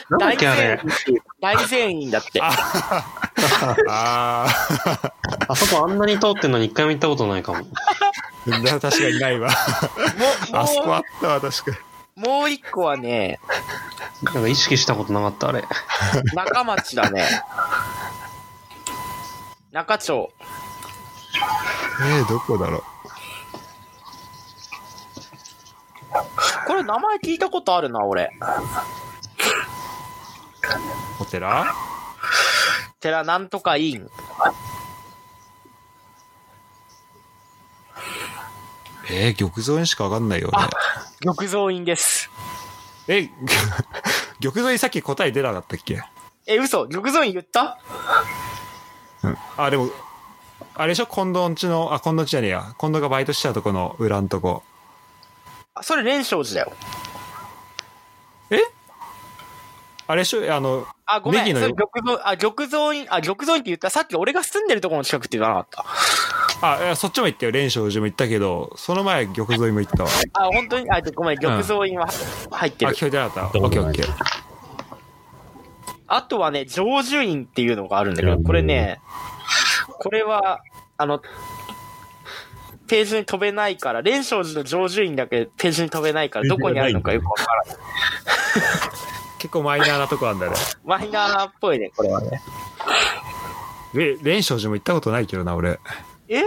Speaker 3: なんだっ
Speaker 4: 大
Speaker 3: けあ
Speaker 4: 善
Speaker 3: れ
Speaker 4: 院。大善院だって。
Speaker 1: ああ
Speaker 3: あそこあんなに通ってんのに一回も行ったことないかも。
Speaker 1: ー、確かにない わ。あそこあ
Speaker 4: も
Speaker 1: ったわ、確かに。
Speaker 4: う、もう、もう一個はね、
Speaker 3: なんか意識したことなかった、あれ。
Speaker 4: 中町だね。中町。
Speaker 1: えー、どこだろう。
Speaker 4: これ名前聞いたことあるな、俺。
Speaker 1: お寺
Speaker 4: 寺なんとか院。
Speaker 1: えー、玉造にしかわかんないよ、
Speaker 4: あ玉蔵院です。
Speaker 1: 俺。え、 玉造にさっき答え出なかったっけ
Speaker 4: え、嘘玉蔵院言った
Speaker 1: うん。あ、でも、あれでしょ近藤んちの、あ、近藤んちじゃねえや。近藤がバイトしてたとこの裏んとこ。
Speaker 4: あそれ蓮勝寺だよ。
Speaker 1: あれでしょあの、
Speaker 4: あ、ごめ
Speaker 1: ネ
Speaker 4: ん。
Speaker 1: ギの
Speaker 4: それ玉蔵、あ、玉蔵院、あ、玉蔵院って言った。さっき俺が住んでるところの近くって言わなかっ
Speaker 1: あ、いやそっちも行ったよ。蓮勝寺も行ったけど、その前、玉沿いも行ったわ。
Speaker 4: た。あ、本当に、あ、ごめん。玉蔵院は入って
Speaker 1: あ、
Speaker 4: る。
Speaker 1: 聞こえてなかった。
Speaker 2: ど
Speaker 1: オ
Speaker 2: う
Speaker 1: ッケ
Speaker 2: ぞ
Speaker 1: ーオッケー。
Speaker 4: あとはね、常住院っていうのがあるんだけど、これね、これは、あの、ページに飛べないから、連勝寺の上寿院だけページに飛べないから、どこにあるのかよくわからない。
Speaker 1: 結構マイナーなとこあんだね。
Speaker 4: マイナーっぽいね、これはね。
Speaker 1: れ蓮勝寺も行ったことないけどな、俺。
Speaker 4: え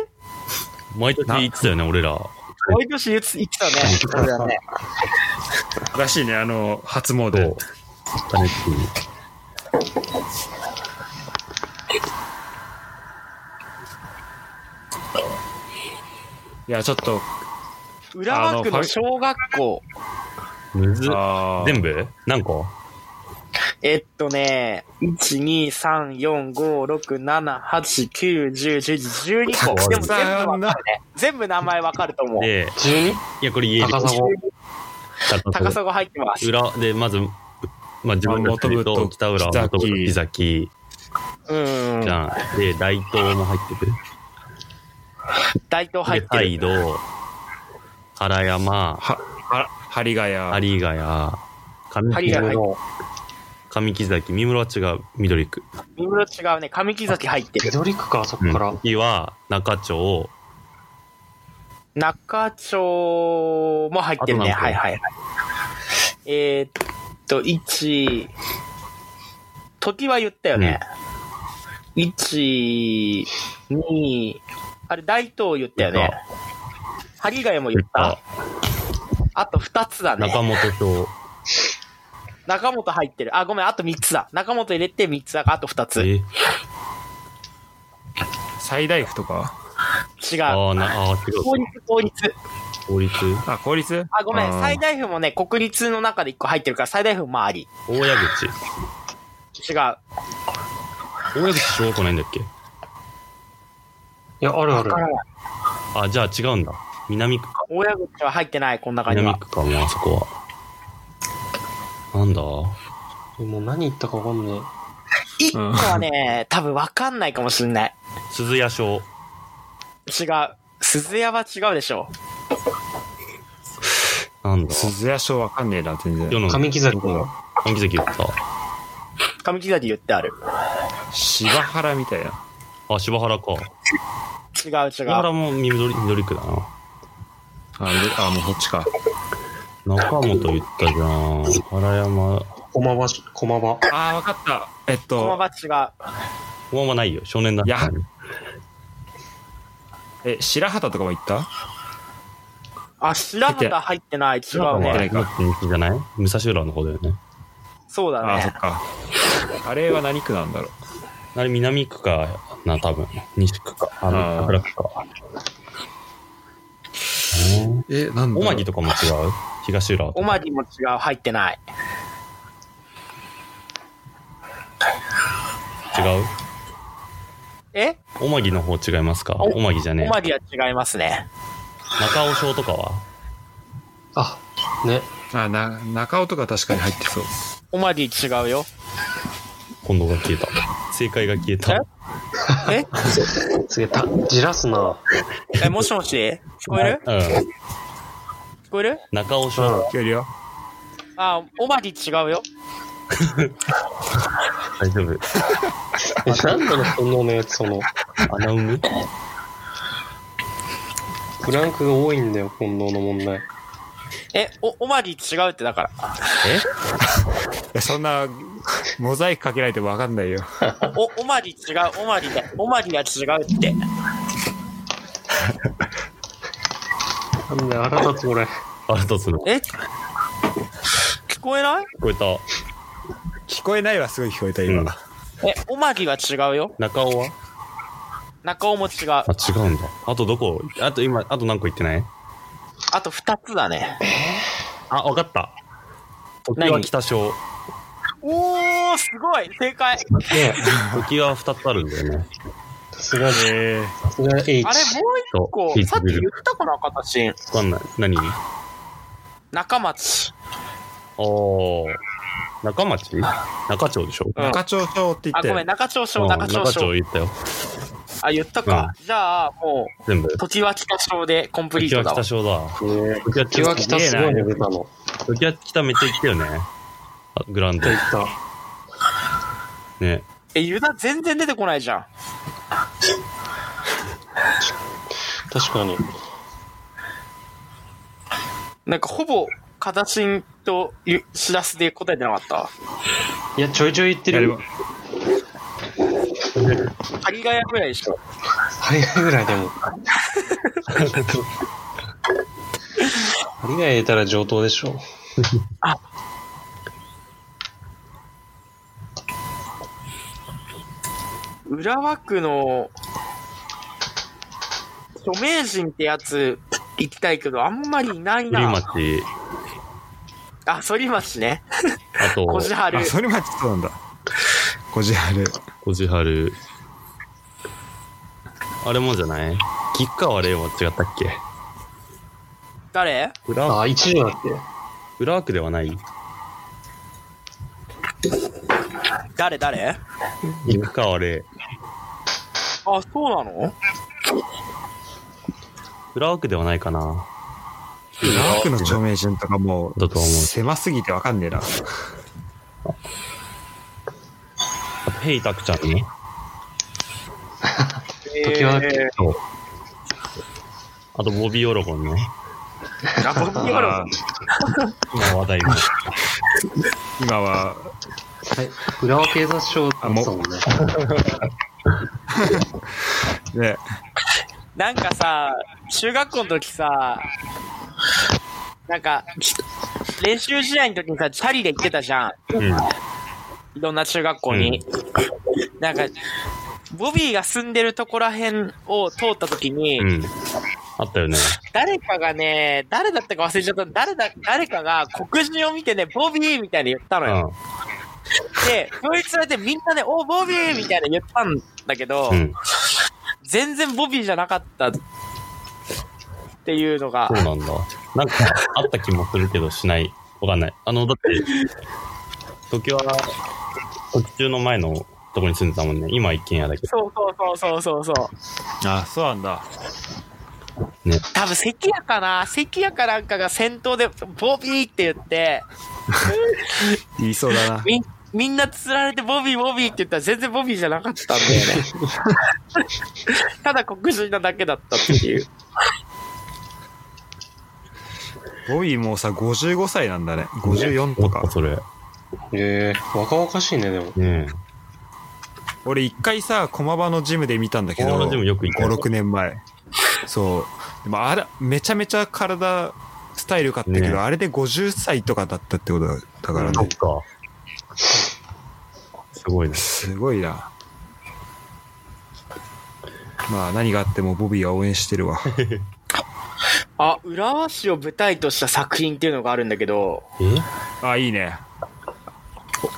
Speaker 2: 毎年言ってたよね、俺ら。
Speaker 4: 毎年言って言ってたね。そうだね。
Speaker 1: らしいね、あの、初
Speaker 2: そ
Speaker 1: 詣
Speaker 2: う。。タネックに
Speaker 1: いや、ちょっと、
Speaker 4: 浦和区の小学校。
Speaker 2: むず
Speaker 1: あー
Speaker 2: 全部何個
Speaker 4: えっとね、1、2、3、4、5、6、7、8、9、10、11、12個。で
Speaker 1: た
Speaker 4: も全部
Speaker 1: くさん
Speaker 4: わ
Speaker 1: な
Speaker 4: かるね。全部名前わかると思う。
Speaker 2: で、
Speaker 3: 12?
Speaker 2: いや、これ家で
Speaker 3: 高砂
Speaker 4: 高砂入ってます。
Speaker 2: 裏で、まず、まあ、自分たちで言う
Speaker 1: 元
Speaker 2: と
Speaker 1: 々
Speaker 2: 北浦、
Speaker 1: 木崎
Speaker 2: 元々木崎
Speaker 4: うん
Speaker 2: じ。ゃん。で、大東も入ってくる。
Speaker 4: 大東入っ
Speaker 2: で、
Speaker 4: てる。
Speaker 2: 態度、原山、
Speaker 1: は、は、針ヶ谷。
Speaker 2: 有賀谷、上
Speaker 4: 針
Speaker 2: 木
Speaker 4: が入ってる。
Speaker 2: 上木崎、三村は違う、緑区。
Speaker 4: 三室違うね。上木崎入ってる。
Speaker 3: 緑区か、そっ
Speaker 2: うん
Speaker 3: から。
Speaker 2: 木は中町、
Speaker 4: 中町も入ってるね。
Speaker 2: あと何
Speaker 4: はい
Speaker 2: 個
Speaker 4: はいはい。えーっと、1、時は言ったよね。1、2、あれ、大東言ったよね。針ヶ谷も言った。あと2つだね。
Speaker 2: 中本町、
Speaker 4: 中本入ってる。あ、ごめん、あと3つだ。中本入れて3つだから、あと2つ。違う。
Speaker 2: え
Speaker 1: 最大府とか。
Speaker 2: あーなあー、違
Speaker 4: 公
Speaker 2: う。
Speaker 4: 立、公立。
Speaker 2: 法律
Speaker 1: あ、公立
Speaker 4: あ、ごめん、
Speaker 1: ー
Speaker 4: 最大府もね、国立の中で1個入ってるから、最大府もあり。
Speaker 2: 大矢口。
Speaker 4: 違う。
Speaker 2: 大矢口小学校ないんだっけ
Speaker 3: いや、あるあ
Speaker 4: わから
Speaker 3: る。
Speaker 4: ない。
Speaker 2: あ、じゃあ違うんだ。南区か。
Speaker 4: 親口は入ってない、この中に
Speaker 2: 南
Speaker 4: は。
Speaker 2: 区かも、あそこは。なんだ
Speaker 3: もう何言ったかわかんね
Speaker 4: 一個はね、多分わかんないかもしんない。
Speaker 2: 鈴屋小。
Speaker 4: 違う。鈴屋は違うでしょ。
Speaker 2: なんだ
Speaker 1: 鈴屋賞わかんねえな、全然。
Speaker 2: 世の
Speaker 3: え。上木崎
Speaker 2: 上
Speaker 3: の。
Speaker 2: 木崎言った。
Speaker 4: 上木崎言ってある。
Speaker 1: 芝原みたいな。
Speaker 2: あ、柴原か。
Speaker 4: 違う違
Speaker 2: 柴原
Speaker 4: う。
Speaker 2: も緑緑区だ
Speaker 1: あ、であもうこっちか。
Speaker 2: な。中本言ったじゃん。原山。
Speaker 3: 駒場し、駒場。
Speaker 1: あー、わかった。えっ
Speaker 4: 駒
Speaker 1: と、
Speaker 4: 場違う。
Speaker 2: ここはないよ。少年だったのに。
Speaker 1: え、白旗とかも行った
Speaker 4: あ、白畑入ってない。違う
Speaker 1: 入ってな
Speaker 4: ね。
Speaker 1: い
Speaker 2: だって西じゃない武蔵浦の方だよね。
Speaker 4: そうだ
Speaker 1: あー、そっ
Speaker 4: ね。
Speaker 1: か。あれは何区なんだろう。
Speaker 2: あれ南区かな、多分。西区か。あ
Speaker 1: あー
Speaker 2: の、桜区か。
Speaker 1: え、なん
Speaker 2: おまぎ
Speaker 1: と
Speaker 2: とかも違う東浦。
Speaker 4: オマディも違う。入ってない。
Speaker 2: 違う
Speaker 4: え
Speaker 2: おまぎの方違いますか
Speaker 4: お
Speaker 2: おまぎじゃ
Speaker 4: オ
Speaker 2: ねえ。
Speaker 4: マディは違いますね。
Speaker 2: 中尾小とかは
Speaker 3: あ、ね。
Speaker 1: あ、な、中尾とか確かに入ってそう。
Speaker 4: オマディ違うよ。
Speaker 2: 今度が消えた。正解が消えた。
Speaker 4: え
Speaker 3: すげえ、た、じらすな。
Speaker 4: え、もしもし聞こえる
Speaker 2: うん。
Speaker 4: 聞こえる
Speaker 2: 中尾小。
Speaker 3: う
Speaker 1: 聞
Speaker 3: ん。
Speaker 1: こえるよ。
Speaker 4: あ、オマディ違うよ。
Speaker 2: 大丈夫。
Speaker 3: え、なんなの、そのね、その、
Speaker 2: 穴埋め
Speaker 3: ブランクが多いんだよ、近藤の問題。
Speaker 4: え、お、オマディ違うってだから。
Speaker 1: いや、そんな、モザイクかけられてもわかんないよ。
Speaker 4: お、オマリ違う、オマリだ、オマリは違うって。
Speaker 3: なんで腹立つ、俺。
Speaker 2: あれとすの。聞
Speaker 4: え聞こえない
Speaker 2: こえた。
Speaker 1: 聞こえないはすごい聞こえた、今。
Speaker 2: うん
Speaker 4: え、オマリは違うよ。
Speaker 2: 中尾は
Speaker 4: 中尾も違う。
Speaker 2: あ、違うんだ。あとどこあと今、あと何個言ってない
Speaker 4: あと二つだね。
Speaker 2: あ、わかった。時は
Speaker 4: 何
Speaker 2: 北小。
Speaker 4: おー、すごい正解
Speaker 3: ね
Speaker 2: 時は2つあるんだよね。
Speaker 3: さすが、さ
Speaker 1: え
Speaker 3: すが
Speaker 4: あ。れ、もう
Speaker 3: H
Speaker 4: 一個
Speaker 2: そう、
Speaker 4: さっき言ったかな、形。
Speaker 2: わかんない。何
Speaker 4: 中町。
Speaker 2: おー。中町中町でしょ
Speaker 1: ー、中町町って言
Speaker 4: あ、
Speaker 1: って。
Speaker 4: ごめん、中町
Speaker 2: う
Speaker 4: 小、
Speaker 2: ん
Speaker 4: 中
Speaker 2: 中
Speaker 4: 町
Speaker 2: 町
Speaker 4: 小。
Speaker 2: 言ったよ。
Speaker 4: あ、言ったか。じゃあ、も
Speaker 2: 全部
Speaker 4: う、。時は北小でコンプリ
Speaker 2: 時
Speaker 4: ート
Speaker 2: は
Speaker 4: だわ
Speaker 2: 北。小だ。
Speaker 3: えー、
Speaker 2: 時は
Speaker 3: 木は北すごいね、出たの。
Speaker 2: 時は北めっちゃ行ったよね。あグラウンド
Speaker 3: 出。た。
Speaker 2: ね。
Speaker 4: え、ユダ全然出てこないじゃん。
Speaker 3: 確かに。
Speaker 4: なんかほぼ、カダシンとゆシラスで答えてなかった。
Speaker 3: いや、ちょいちょい言って
Speaker 1: いやで
Speaker 3: る
Speaker 1: も。
Speaker 4: ハリガヤぐらいでしょ。
Speaker 3: 針がぐらいでも。針が入れたら上等でしょ。
Speaker 4: 浦和区の、著名人ってやつ、行きたいけど、あんまりいない
Speaker 2: 栗
Speaker 4: な。
Speaker 2: 町、
Speaker 4: あ、反町ね。
Speaker 2: あと、
Speaker 4: 小千春
Speaker 1: あ、。それはちょっとなんだ。こじはる。
Speaker 2: 小千春。あれもじゃない吉川玲は違ったっけ
Speaker 4: 誰
Speaker 2: 裏、
Speaker 3: あ、一条だって。
Speaker 2: 裏枠ではない
Speaker 4: 誰誰
Speaker 2: 吉川玲。
Speaker 4: あ、そうなの
Speaker 2: 裏枠ではないかな。
Speaker 1: ラークの著名人とかも
Speaker 2: だと
Speaker 1: う、
Speaker 2: 思う
Speaker 1: 狭すぎてわかんねえな。
Speaker 2: あと、ヘイタクちゃんね。
Speaker 3: 時は
Speaker 4: え
Speaker 2: そう。あと、ボビー・オロゴンね。
Speaker 4: ー、あ、僕今の
Speaker 1: あー
Speaker 2: 今話題 の。
Speaker 1: 今は、
Speaker 3: はい。浦和警察署だったもんね。
Speaker 1: ね、
Speaker 4: なんかさ、中学校の時さ、なんか、練習試合の時にさ、チャリで行ってたじゃん。
Speaker 2: うん。
Speaker 4: いろんな中学校に。なんか、ボビーが住んでるとこら辺を通った時に、
Speaker 2: うん。あったよね。
Speaker 4: 誰かがね、誰だったか忘れちゃった。誰だ、誰かが黒人を見てね、ボビーみたいに言った
Speaker 2: う
Speaker 4: のよ。
Speaker 2: ん。
Speaker 4: で、そいつらでみんなで、おボビーみたいに言ったんだけど、
Speaker 2: うん。
Speaker 4: 全然ボビーじゃなかったっていうのが
Speaker 2: そう、なんだ。なんか、あった気もするけど、しない。わかんない。あの、だって、時は、時中の前のとこに住んでたもんね。今一軒家だけど。
Speaker 4: そうそうそうそうそうそう。
Speaker 1: あ、そうなんだ。
Speaker 4: 多分関谷かな関谷かなんかが先頭でボビーって言って、
Speaker 1: 言いそうだな。
Speaker 4: みんみんな釣られてボビーボビーって言ったら全然ボビーじゃなかったんだよ ね。ただ黒人なだけだったっていう。
Speaker 1: ボビーもうさ、55歳なんだね。54
Speaker 2: も
Speaker 1: と
Speaker 2: っと
Speaker 1: か。
Speaker 2: それ。
Speaker 3: ええ若々しいね、でも。
Speaker 2: ね
Speaker 1: 俺一回さ、駒場のジムで見たんだ
Speaker 2: え。
Speaker 1: け
Speaker 2: こ
Speaker 1: ど、
Speaker 2: のジム
Speaker 1: 5、
Speaker 2: よく行ったよ。
Speaker 1: 6年前。そう。でもあれ、めちゃめちゃ体、スタイル良かったけど、
Speaker 2: ね
Speaker 1: あれで50歳とかだったってことだから
Speaker 2: そ
Speaker 1: ね
Speaker 2: っ。か。すごいね。
Speaker 1: すごいな。まあ何があってもボビーは応援してるわ。
Speaker 4: あ、浦和市を舞台とした作品っていうのがあるんだけど、
Speaker 2: え
Speaker 1: あ、いいね。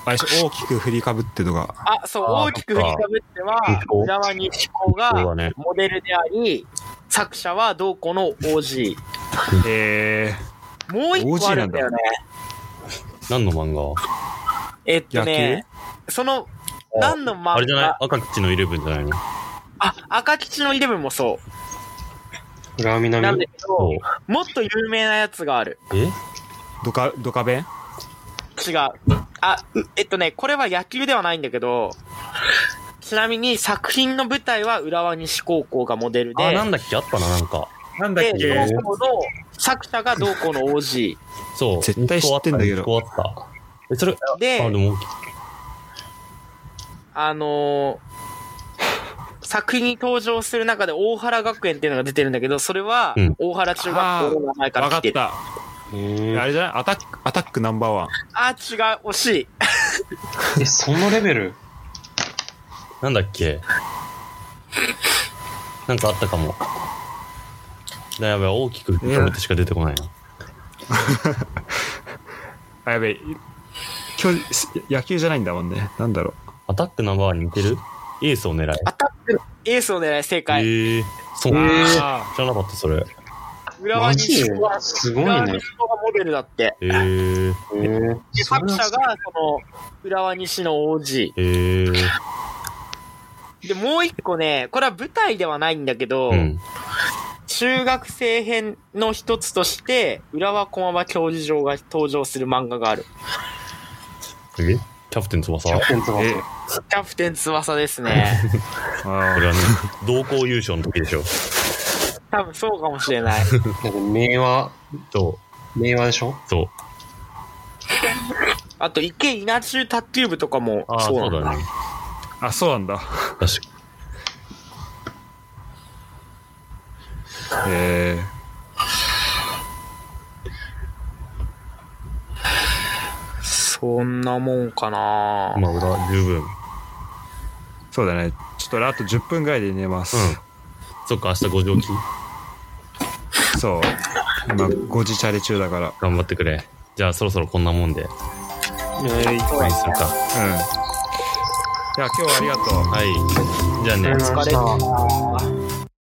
Speaker 1: あれでしょ大きく振りかぶってとか。
Speaker 4: あ、そう、
Speaker 2: あー
Speaker 4: 大きく振りかぶって
Speaker 2: そっ
Speaker 4: は
Speaker 2: か、
Speaker 4: 浦和西高
Speaker 2: そう
Speaker 4: が
Speaker 2: だね。
Speaker 4: モデルであり、作者は同校の OG。
Speaker 1: え
Speaker 4: もう一個あるんだよね。
Speaker 2: 何の漫画
Speaker 4: えっとね、その、何の漫画
Speaker 2: あれじゃない赤吉のイレブンじゃないの
Speaker 4: あ、赤吉のイレブンもそう。
Speaker 3: 浦和
Speaker 4: なんだ
Speaker 3: 南。
Speaker 4: けど、もっと有名なやつがある。
Speaker 2: え
Speaker 1: ー、ドカ、ドカベン
Speaker 4: 違う。あ、うえっとね、これは野球ではないんだけど、ちなみに作品の舞台は浦和西高校がモデル
Speaker 2: あ、
Speaker 4: で
Speaker 2: な、んだっけあったな、なんか。
Speaker 1: なんだっ
Speaker 4: で、
Speaker 1: け
Speaker 4: 同校の作者が同校の OG。
Speaker 2: そう。
Speaker 1: 絶対知ってんだけど
Speaker 2: 一個あった。一個あったえ、それ、
Speaker 4: で
Speaker 2: あ、でも、
Speaker 4: あのー作品に登場する中で大原学園っていうのが出てるんだけど、それは
Speaker 2: うん
Speaker 4: 大原中学校の名前から
Speaker 1: わか
Speaker 4: 来
Speaker 1: って
Speaker 4: る。
Speaker 1: た。
Speaker 3: え
Speaker 1: あれじゃないアタック、アタックナンバーワン。
Speaker 4: ああ、違う、惜しい。
Speaker 3: え、そのレベル
Speaker 2: なんだっけなんかあったかも。だやばい、大きく受け止めてしか出てこないな。
Speaker 1: あ、やべえ。今日、す野球じゃないんだもんね。なんだろ。
Speaker 2: アタックナンバーワンに似てるエースを狙え。
Speaker 4: アタックのエースを狙い正解。
Speaker 2: えー、そうう。
Speaker 1: あ
Speaker 2: 知らなかった、それ。
Speaker 4: 浦和西高は、
Speaker 3: すごい
Speaker 4: 浦和
Speaker 3: ね。
Speaker 4: 西高がモデルだって。
Speaker 2: えー、
Speaker 3: えー、
Speaker 4: で
Speaker 3: それ
Speaker 4: 作者
Speaker 3: は
Speaker 4: が、その、浦和西の OG。
Speaker 2: えー、
Speaker 4: で、もう一個ね、これは舞台ではないんだけど、
Speaker 2: うん。
Speaker 4: 中学生編の一つとして、浦和駒場競技場が登場する漫画がある。
Speaker 2: えキャプテン翼
Speaker 3: キャ
Speaker 2: こ
Speaker 3: プテン翼
Speaker 1: え
Speaker 4: キャプテン翼ですね。
Speaker 2: れ
Speaker 1: あ
Speaker 2: はね、同校優勝の時でしょ。
Speaker 4: 多分そうかもしれない。
Speaker 3: なんか名は
Speaker 2: そ
Speaker 3: 令和でしょ
Speaker 2: そう。
Speaker 4: あと、池稲中卓球部とかも
Speaker 2: ああ、
Speaker 4: そう
Speaker 2: そ
Speaker 4: なん
Speaker 2: う
Speaker 4: だ。
Speaker 2: だね。
Speaker 1: あ、そうなんだ。
Speaker 2: 確かに。
Speaker 1: え
Speaker 4: そんなもんかな、
Speaker 2: まあ、裏、十分。うん。
Speaker 1: ー、そうだね。ちょっと俺あと10分ぐらいで寝ます。
Speaker 2: そっか、明日5時起き。
Speaker 1: そう。今、5時チャレ中だから。うん。
Speaker 2: 頑張ってくれ。じゃあ、そろそろこんなもんで。
Speaker 4: えー
Speaker 2: 終わりにするか。
Speaker 1: いや、今日はありがとう。
Speaker 2: はい。じゃあね。
Speaker 4: お疲れ様。